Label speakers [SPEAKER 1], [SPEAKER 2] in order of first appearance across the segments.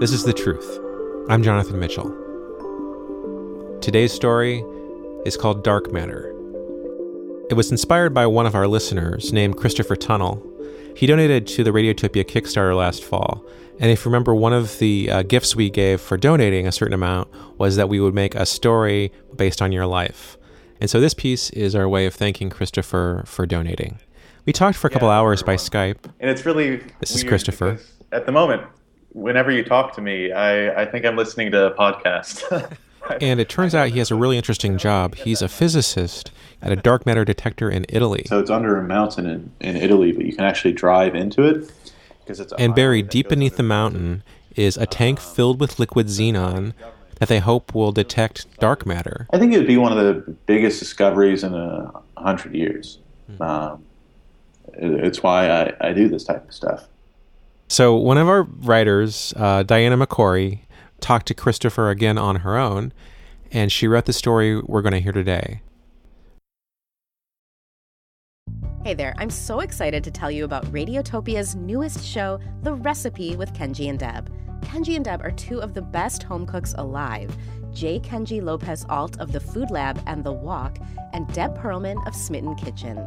[SPEAKER 1] This is The Truth. I'm Jonathan Mitchell. Today's story is called Dark Matter. It was inspired by one of our listeners named Christopher Tunnel. He donated to the Radiotopia Kickstarter last fall. And if you remember, one of the uh, gifts we gave for donating a certain amount was that we would make a story based on your life. And so this piece is our way of thanking Christopher for donating. We talked for a couple
[SPEAKER 2] Yeah,
[SPEAKER 1] hours by
[SPEAKER 2] everyone.
[SPEAKER 1] Skype.
[SPEAKER 2] And it's really
[SPEAKER 1] This is
[SPEAKER 2] weird
[SPEAKER 1] Christopher.
[SPEAKER 2] because At the moment, whenever you talk to me, I, I think I'm listening to a podcast.
[SPEAKER 1] And it turns out he has a really interesting job. He's a physicist at a dark matter detector in Italy.
[SPEAKER 2] so it's under a mountain in, in Italy, but you can actually drive into it because it's a
[SPEAKER 1] And
[SPEAKER 2] highway
[SPEAKER 1] buried
[SPEAKER 2] that
[SPEAKER 1] deep
[SPEAKER 2] goes
[SPEAKER 1] beneath the
[SPEAKER 2] under-
[SPEAKER 1] mountain is a tank filled with liquid xenon that they hope will detect dark matter.
[SPEAKER 2] I think it would be one of the biggest discoveries in a hundred years. Um, it, it's why I, I do this type of stuff.
[SPEAKER 1] So one of our writers, uh, Diana McCory, talked to Christopher again on her own, and she wrote the story we're going to hear today.
[SPEAKER 3] Hey there, I'm so excited to tell you about Radiotopia's newest show, The Recipe with Kenji and Deb. Kenji and Deb are two of the best home cooks alive J. Kenji Lopez Alt of The Food Lab and The Walk, and Deb Perlman of Smitten Kitchen.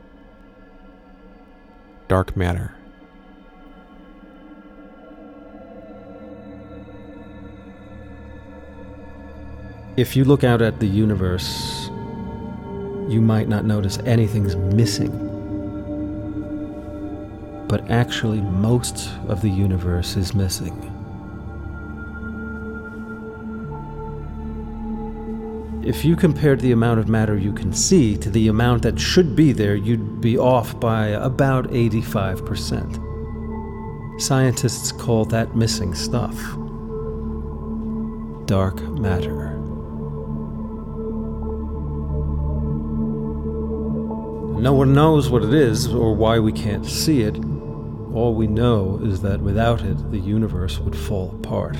[SPEAKER 1] Dark Matter.
[SPEAKER 4] If you look out at the universe, you might not notice anything's missing. But actually, most of the universe is missing. If you compared the amount of matter you can see to the amount that should be there, you'd be off by about 85%. Scientists call that missing stuff dark matter. No one knows what it is or why we can't see it. All we know is that without it, the universe would fall apart.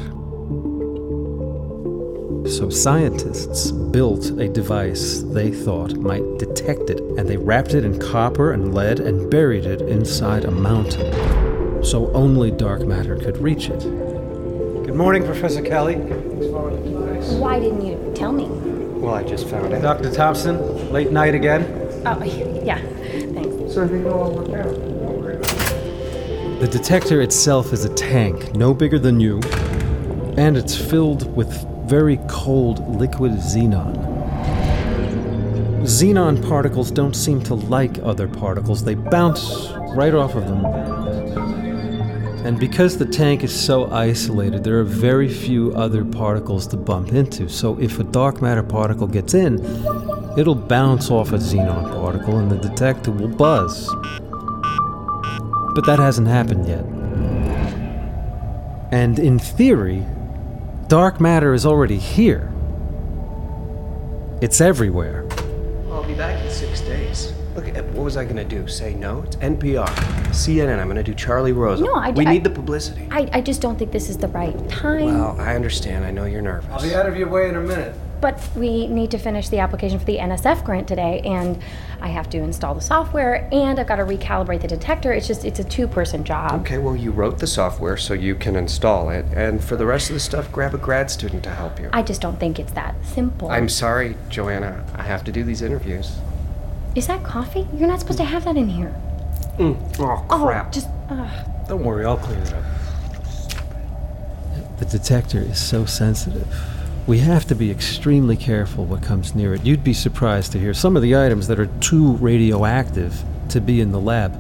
[SPEAKER 4] So, scientists built a device they thought might detect it, and they wrapped it in copper and lead and buried it inside a mountain. So, only dark matter could reach it. Good morning, Professor Kelly.
[SPEAKER 5] Why didn't you tell me?
[SPEAKER 4] Well, I just found out. Dr. Thompson, late night again.
[SPEAKER 5] Oh, yeah. Thanks.
[SPEAKER 4] The detector itself is a tank, no bigger than you, and it's filled with very cold liquid xenon. Xenon particles don't seem to like other particles, they bounce right off of them. And because the tank is so isolated, there are very few other particles to bump into. So if a dark matter particle gets in, it'll bounce off a xenon particle and the detector will buzz. But that hasn't happened yet. And in theory, dark matter is already here. It's everywhere.
[SPEAKER 6] I'll be back in six days. Look, uh, what was I gonna do? Say no? It's NPR, CNN. I'm gonna do Charlie Rosa.
[SPEAKER 5] No, I-
[SPEAKER 6] We
[SPEAKER 5] I-
[SPEAKER 6] need the publicity.
[SPEAKER 5] I, I just don't think this is the right time.
[SPEAKER 6] Well, I understand. I know you're nervous.
[SPEAKER 4] out of your way in a minute.
[SPEAKER 5] But we need to finish the application for the NSF grant today, and I have to install the software, and I've got to recalibrate the detector. It's just, it's a two person job.
[SPEAKER 6] Okay, well, you wrote the software, so you can install it. And for the rest of the stuff, grab a grad student to help you.
[SPEAKER 5] I just don't think it's that simple.
[SPEAKER 6] I'm sorry, Joanna. I have to do these interviews.
[SPEAKER 5] Is that coffee? You're not supposed to have that in here.
[SPEAKER 6] Oh,
[SPEAKER 5] Oh,
[SPEAKER 6] crap.
[SPEAKER 5] just, uh,
[SPEAKER 4] Don't worry, I'll clean it up. The detector is so sensitive. We have to be extremely careful what comes near it. You'd be surprised to hear some of the items that are too radioactive to be in the lab.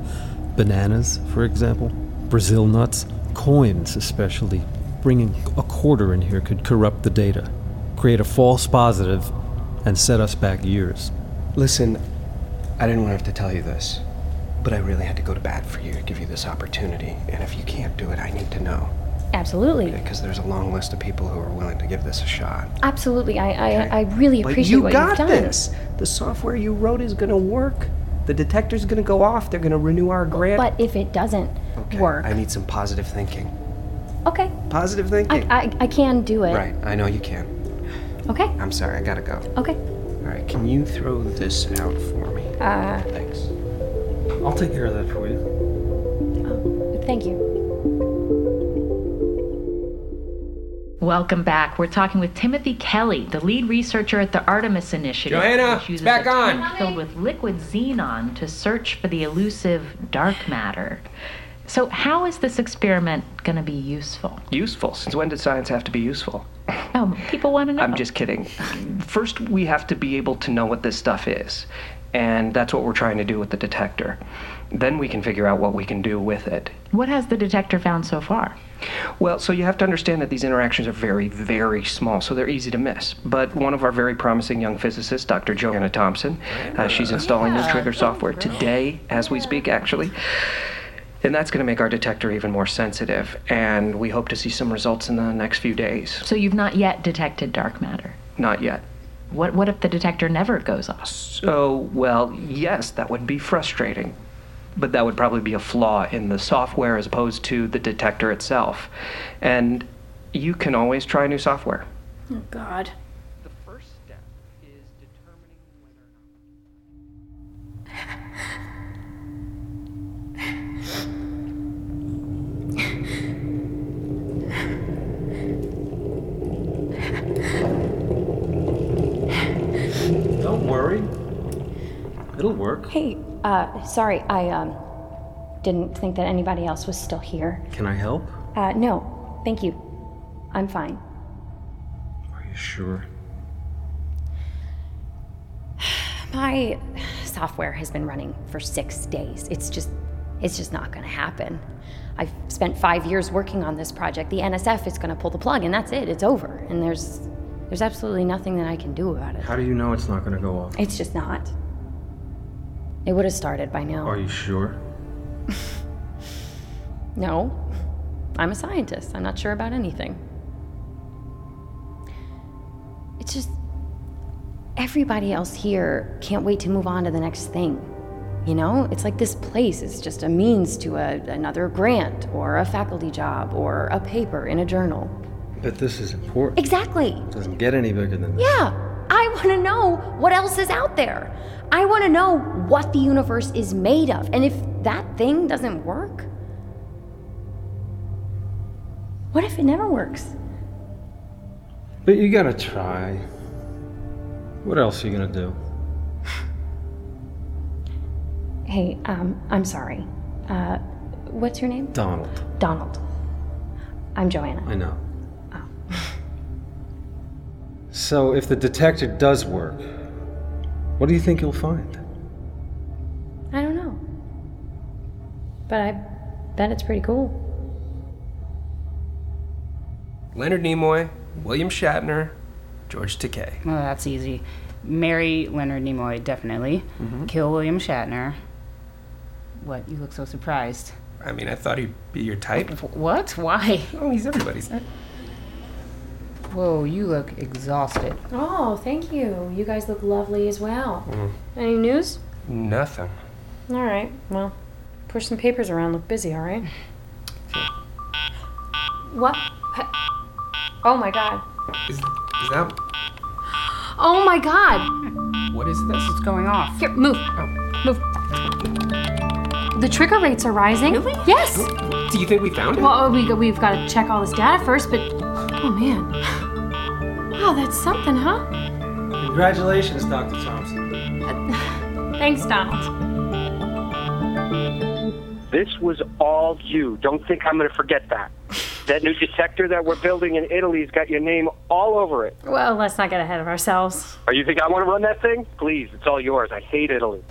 [SPEAKER 4] Bananas, for example, Brazil nuts, coins, especially. Bringing a quarter in here could corrupt the data, create a false positive, and set us back years.
[SPEAKER 6] Listen, I didn't want to have to tell you this, but I really had to go to bat for you to give you this opportunity. And if you can't do it, I need to know.
[SPEAKER 5] Absolutely.
[SPEAKER 6] Because there's a long list of people who are willing to give this a shot.
[SPEAKER 5] Absolutely. I, I, I really
[SPEAKER 6] But
[SPEAKER 5] appreciate
[SPEAKER 6] you
[SPEAKER 5] what
[SPEAKER 6] got
[SPEAKER 5] you've done.
[SPEAKER 6] this. The software you wrote is going to work. The detector's going to go off. They're going to renew our grant.
[SPEAKER 5] But if it doesn't
[SPEAKER 6] Okay,
[SPEAKER 5] work,
[SPEAKER 6] I need some positive thinking.
[SPEAKER 5] okay,
[SPEAKER 6] Positive
[SPEAKER 5] I,
[SPEAKER 6] thinking.
[SPEAKER 5] I, I can do it.
[SPEAKER 6] right. I know you can.
[SPEAKER 5] Okay,
[SPEAKER 6] I'm sorry. I got to go.
[SPEAKER 5] okay.
[SPEAKER 6] All right. Can you throw this out for me?
[SPEAKER 5] Uh,
[SPEAKER 6] Thanks.
[SPEAKER 4] I'll take care of that for you.
[SPEAKER 5] thank you.
[SPEAKER 7] Welcome back. We're talking with Timothy Kelly, the lead researcher at the Artemis Initiative.
[SPEAKER 6] Joanna,
[SPEAKER 7] which
[SPEAKER 6] it's
[SPEAKER 7] uses
[SPEAKER 6] back
[SPEAKER 7] a tank
[SPEAKER 6] on.
[SPEAKER 7] Filled with liquid xenon to search for the elusive dark matter. So, how is this experiment going to be useful?
[SPEAKER 8] useful. Since when did science have to be useful?
[SPEAKER 7] Oh, people want to know.
[SPEAKER 8] I'm just kidding. First, we have to be able to know what this stuff is. And that's what we're trying to do with the detector. Then we can figure out what we can do with it.
[SPEAKER 7] What has the detector found so far?
[SPEAKER 8] Well, so you have to understand that these interactions are very, very small, so they're easy to miss. But one of our very promising young physicists, Dr. Joanna Thompson, uh, she's installing new trigger software today as we speak, actually. And that's going to make our detector even more sensitive. And we hope to see some results in the next few days.
[SPEAKER 7] So, you've not yet detected dark matter.
[SPEAKER 8] Not yet.
[SPEAKER 7] What, what if the detector never goes off?
[SPEAKER 8] So, well, yes, that would be frustrating. But that would probably be a flaw in the software as opposed to the detector itself. And you can always try new software.
[SPEAKER 5] Oh, God.
[SPEAKER 8] The first step is determining whether or not.
[SPEAKER 4] Don't worry. It'll work.
[SPEAKER 5] Hey, uh, sorry, I um, didn't think that anybody else was still here.
[SPEAKER 4] Can I help?
[SPEAKER 5] Uh, no, thank you. I'm fine.
[SPEAKER 4] Are you sure?
[SPEAKER 5] My software has been running for six days. It's just, it's just not going to happen. I've spent five years working on this project. The NSF is going to pull the plug, and that's it. It's over. And there's, there's absolutely nothing that I can do about it.
[SPEAKER 4] How do you know it's not going to go off?
[SPEAKER 5] It's just not. It would have started by now.
[SPEAKER 4] Are you sure?
[SPEAKER 5] No. I'm a scientist. I'm not sure about anything. It's just everybody else here can't wait to move on to the next thing. You know, it's like this place is just a means to a, another grant or a faculty job or a paper in a journal.
[SPEAKER 4] But this is important.
[SPEAKER 5] Exactly.
[SPEAKER 4] It doesn't get any bigger than this.
[SPEAKER 5] Yeah, I want to know what else is out there. I want to know what the universe is made of. And if that thing doesn't work, what if it never works?
[SPEAKER 4] But you gotta try. What else are you gonna do?
[SPEAKER 5] Hey, um, I'm sorry. Uh, what's your name?
[SPEAKER 4] Donald,
[SPEAKER 5] Donald. I'm Joanna.
[SPEAKER 4] I know. So, if the detector does work, what do you think you'll find?
[SPEAKER 5] I don't know. But I bet it's pretty cool.
[SPEAKER 6] Leonard Nimoy, William Shatner, George Takei.
[SPEAKER 9] Well, that's easy. Marry Leonard Nimoy, definitely. Kill William Shatner. What? You look so surprised.
[SPEAKER 6] I mean, I thought he'd be your type.
[SPEAKER 9] Wh- What? Why?
[SPEAKER 6] Oh, he's everybody's.
[SPEAKER 9] Whoa, you look exhausted.
[SPEAKER 5] Oh, thank you. You guys look lovely as well. Any news?
[SPEAKER 6] Nothing.
[SPEAKER 5] All right. Well, push some papers around. Look busy. All right. What? Oh my god.
[SPEAKER 6] Is, is that.
[SPEAKER 5] Oh my god.
[SPEAKER 6] What is this?
[SPEAKER 9] It's going off.
[SPEAKER 5] Here, move. Oh, Move. The trigger rates are rising. Really? Yes.
[SPEAKER 6] Do you think we found it?
[SPEAKER 5] Well, we we've got to check all this data first, but oh man. Wow, that's something, huh?
[SPEAKER 4] Congratulations, Dr. Thompson.
[SPEAKER 5] Thanks, Donald.
[SPEAKER 10] This was all you. Don't think I'm going to forget that. That new detector that we're building in Italy's got your name all over it.
[SPEAKER 5] Well, let's not get ahead of ourselves.
[SPEAKER 10] Are you think I want to run that thing? Please, it's all yours. I hate Italy.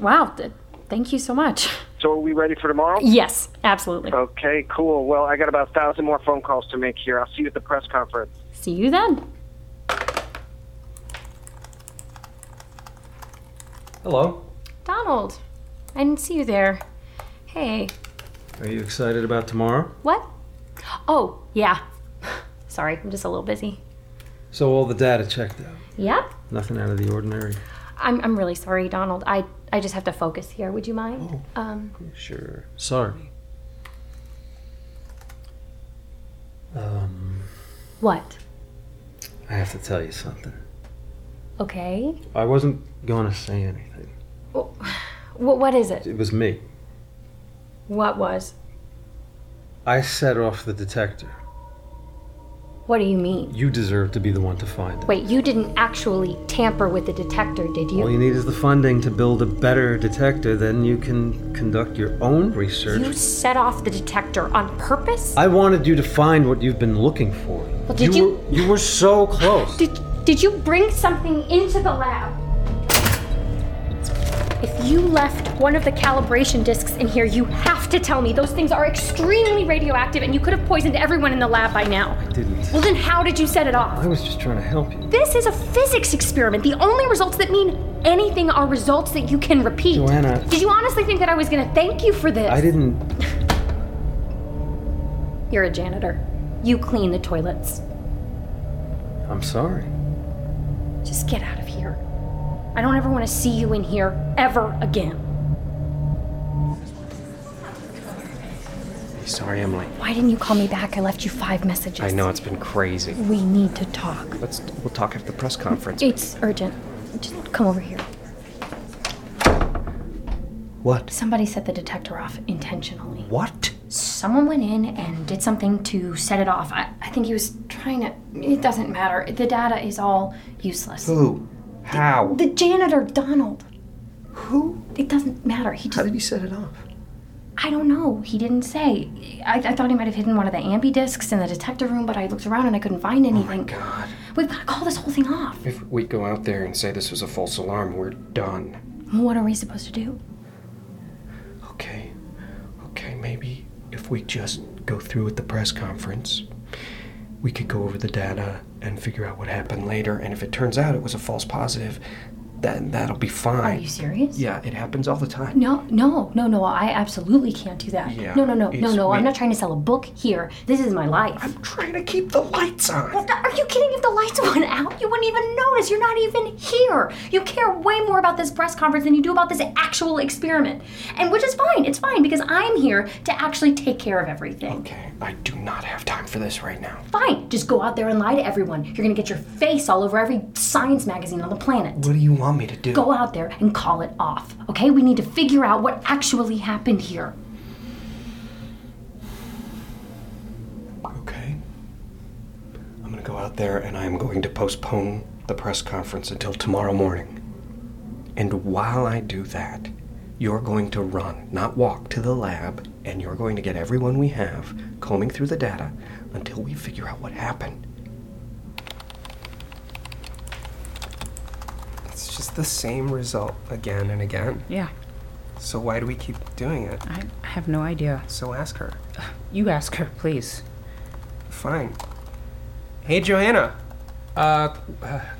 [SPEAKER 5] Wow. th- thank you so much.
[SPEAKER 10] So are we ready for tomorrow?
[SPEAKER 5] Yes, absolutely.
[SPEAKER 10] Okay, cool. Well, I got about a thousand more phone calls to make here. I'll see you at the press conference.
[SPEAKER 5] See you then.
[SPEAKER 4] Hello.
[SPEAKER 5] Donald. I didn't see you there. Hey.
[SPEAKER 4] Are you excited about tomorrow?
[SPEAKER 5] What? Oh, yeah. Sorry, I'm just a little busy.
[SPEAKER 4] So all the data checked out.
[SPEAKER 5] Yep.
[SPEAKER 4] Nothing out of the ordinary.
[SPEAKER 5] I'm, I'm really sorry, Donald. I, I just have to focus here. Would you mind? Um,
[SPEAKER 4] Sure. Sorry. Um,
[SPEAKER 5] what?
[SPEAKER 4] I have to tell you something.
[SPEAKER 5] Okay.
[SPEAKER 4] I wasn't going to say anything.
[SPEAKER 5] What, what is it?
[SPEAKER 4] It was me.
[SPEAKER 5] What was?
[SPEAKER 4] I set off the detector.
[SPEAKER 5] What do you mean?
[SPEAKER 4] You deserve to be the one to find it.
[SPEAKER 5] Wait, you didn't actually tamper with the detector, did you?
[SPEAKER 4] All you need is the funding to build a better detector, then you can conduct your own
[SPEAKER 5] You
[SPEAKER 4] research.
[SPEAKER 5] set off the detector on purpose?
[SPEAKER 4] I wanted you to find what you've been looking for.
[SPEAKER 5] Well, did
[SPEAKER 4] you? Were, you were so close.
[SPEAKER 5] Did, did you bring something into the lab? If you left one of the calibration discs in here, you have to tell me. Those things are extremely radioactive and you could have poisoned everyone in the lab by now.
[SPEAKER 4] I didn't.
[SPEAKER 5] Well, then how did you set it off?
[SPEAKER 4] I was just trying to help you.
[SPEAKER 5] This is a physics experiment. The only results that mean anything are results that you can repeat.
[SPEAKER 4] Joanna.
[SPEAKER 5] Did you honestly think that I was gonna thank you for this?
[SPEAKER 4] I didn't.
[SPEAKER 5] You're a janitor. You clean the toilets.
[SPEAKER 4] I'm sorry.
[SPEAKER 5] Just get out of here. I don't ever wanna see you in here ever again.
[SPEAKER 6] Sorry, I'm late.
[SPEAKER 5] Why didn't you call me back? I left you five messages.
[SPEAKER 6] I know it's been crazy.
[SPEAKER 5] We need to talk.
[SPEAKER 6] Let's we'll talk after the press conference.
[SPEAKER 5] It's urgent. Just come over here.
[SPEAKER 6] What?
[SPEAKER 5] Somebody set the detector off intentionally.
[SPEAKER 6] What?
[SPEAKER 5] Someone went in and did something to set it off. I, I think he was trying to. It doesn't matter. The data is all useless.
[SPEAKER 6] Who? How?
[SPEAKER 5] The janitor, Donald.
[SPEAKER 6] Who?
[SPEAKER 5] It doesn't matter. He
[SPEAKER 6] How
[SPEAKER 5] just.
[SPEAKER 6] did he set it off?
[SPEAKER 5] I don't know. He didn't say. I, I thought he might have hidden one of the ambi discs in the detector room, but I looked around and I couldn't find anything.
[SPEAKER 6] Oh God.
[SPEAKER 5] We've got to call this whole thing off.
[SPEAKER 6] If we go out there and say this was a false alarm, we're done.
[SPEAKER 5] What are we supposed to do?
[SPEAKER 6] Okay. Okay, maybe if we just go through with the press conference, we could go over the data and figure out what happened later. And if it turns out it was a false positive, then that'll be
[SPEAKER 5] Are
[SPEAKER 6] fine.
[SPEAKER 5] Oh, you serious?
[SPEAKER 6] Yeah, it happens all the time.
[SPEAKER 5] No, no, no, no. I absolutely can't do that.
[SPEAKER 6] Yeah,
[SPEAKER 5] no, no, no, no,
[SPEAKER 6] it's
[SPEAKER 5] no. I'm
[SPEAKER 6] me.
[SPEAKER 5] not trying to sell a book here. This is my life.
[SPEAKER 6] I'm trying to keep the lights on.
[SPEAKER 5] Are you kidding? If the lights went out, you wouldn't even notice. You're not even here. You care way more about this press conference than you do about this actual experiment. And which is fine. It's fine because I'm here to actually take care of everything.
[SPEAKER 6] Okay, I do not have time for this right now.
[SPEAKER 5] Fine. Just go out there and lie to everyone. You're going to get your face all over every science magazine on the planet.
[SPEAKER 6] What do you want me to do?
[SPEAKER 5] Go out there and call it off. Okay? We need to figure out what actually happened here.
[SPEAKER 6] Okay. I'm gonna go out there and I'm going to postpone the press conference until tomorrow morning. And while I do that, you're going to run, not walk, to the lab, and you're going to get everyone we have combing through the data until we figure out what happened. It's just the same result again and again.
[SPEAKER 9] Yeah,
[SPEAKER 6] So why do we keep doing it?
[SPEAKER 9] I, I have no idea.
[SPEAKER 6] So ask her.
[SPEAKER 9] You ask her, please.
[SPEAKER 11] Fine. Hey, Joanna. Uh,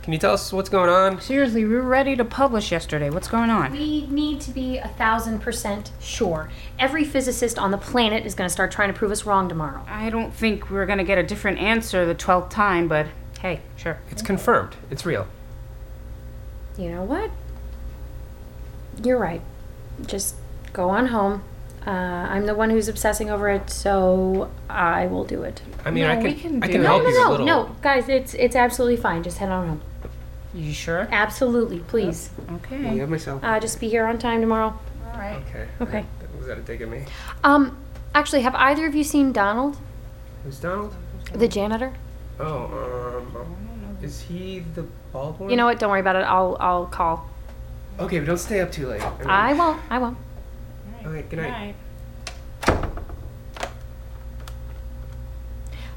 [SPEAKER 11] can you tell us what's going on?
[SPEAKER 9] Seriously, we were ready to publish yesterday. What's going on?
[SPEAKER 5] We need to be a thousand percent sure. Every physicist on the planet is going to start trying to prove us wrong tomorrow.
[SPEAKER 9] I don't think we're gonna get a different answer the twelfth time, but hey, sure.
[SPEAKER 11] It's confirmed. It's real.
[SPEAKER 5] You know what? You're right. Just go on home. Uh, I'm the one who's obsessing over it, so I will do it.
[SPEAKER 11] I mean,
[SPEAKER 9] No,
[SPEAKER 11] I can,
[SPEAKER 9] we can
[SPEAKER 11] I
[SPEAKER 9] do
[SPEAKER 11] can
[SPEAKER 9] it.
[SPEAKER 11] help
[SPEAKER 5] no,
[SPEAKER 11] you a
[SPEAKER 5] no, no,
[SPEAKER 11] little.
[SPEAKER 5] no, guys. It's it's absolutely fine. Just head on home.
[SPEAKER 9] You sure?
[SPEAKER 5] Absolutely, please.
[SPEAKER 9] Okay.
[SPEAKER 6] have myself.
[SPEAKER 5] Uh, just be here on time tomorrow.
[SPEAKER 9] All right.
[SPEAKER 11] Okay.
[SPEAKER 5] Okay.
[SPEAKER 11] Was that a dig at me?
[SPEAKER 5] Um, actually, have either of you seen Donald,
[SPEAKER 11] Who's Donald?
[SPEAKER 5] the janitor?
[SPEAKER 11] Oh, um, is he the bald one?
[SPEAKER 5] You know what? Don't worry about it. I'll I'll call.
[SPEAKER 11] Okay, but don't stay up too late. I mean-
[SPEAKER 5] I won't. I won't.
[SPEAKER 11] Okay, good night.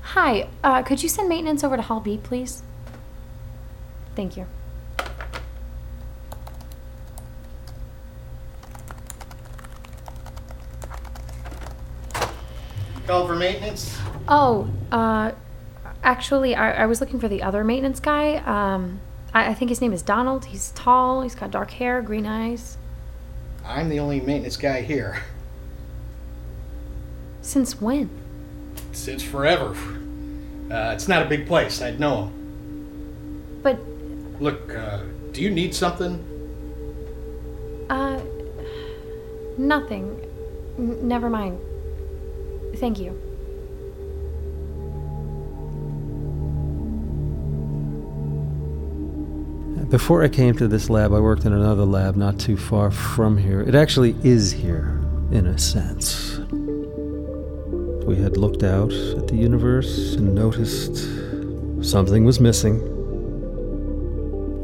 [SPEAKER 5] Hi, uh, could you send maintenance over to Hall B, please? Thank you.
[SPEAKER 12] Call for maintenance?
[SPEAKER 5] Oh, uh, actually, I, I was looking for the other maintenance guy. Um, I, I think his name is Donald. He's tall, he's got dark hair, green eyes.
[SPEAKER 12] I'm the only maintenance guy here.
[SPEAKER 5] Since when?
[SPEAKER 12] It's it's forever. Uh, it's not a big place. I'd know him.
[SPEAKER 5] But-
[SPEAKER 12] look, uh, do you need something?
[SPEAKER 5] Uh, nothing. N- never mind. Thank you.
[SPEAKER 4] Before I came to this lab, I worked in another lab not too far from here. It actually is here, in a sense. We had looked out at the universe and noticed something was missing.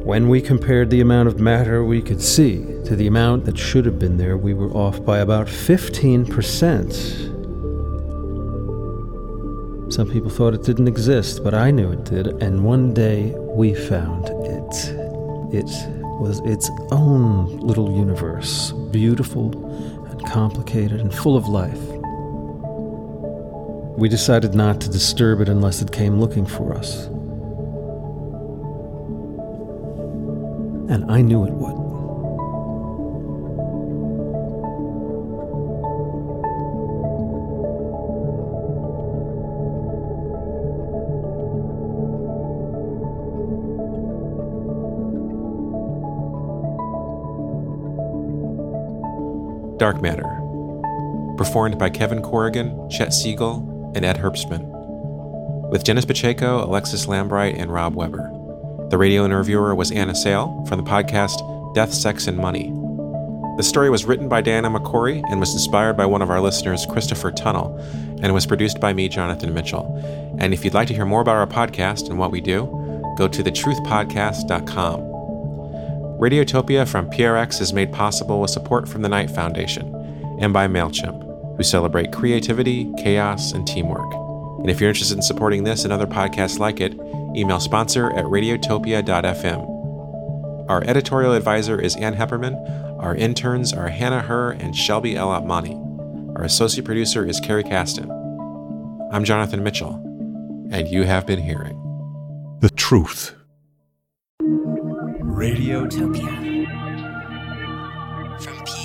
[SPEAKER 4] When we compared the amount of matter we could see to the amount that should have been there, we were off by about 15%. Some people thought it didn't exist, but I knew it did, and one day we found it. It was its own little universe, beautiful and complicated and full of life. We decided not to disturb it unless it came looking for us. And I knew it would.
[SPEAKER 1] Dark Matter. Performed by Kevin Corrigan, Chet Siegel, and Ed Herbstman. With Janice Pacheco, Alexis Lambright, and Rob Weber. The radio interviewer was Anna Sale from the podcast Death, Sex, and Money. The story was written by Diana McCory and was inspired by one of our listeners, Christopher Tunnel, and was produced by me, Jonathan Mitchell. And if you'd like to hear more about our podcast and what we do, go to thetruthpodcast.com. Radiotopia from PRX is made possible with support from the Knight Foundation and by MailChimp, who celebrate creativity, chaos, and teamwork. And if you're interested in supporting this and other podcasts like it, email sponsor at radiotopia.fm. Our editorial advisor is Ann Hepperman. Our interns are Hannah Herr and Shelby Elapmani. Our associate producer is Carrie Kasten. I'm Jonathan Mitchell, and you have been hearing The Truth.
[SPEAKER 13] Radiotopia. From PRX.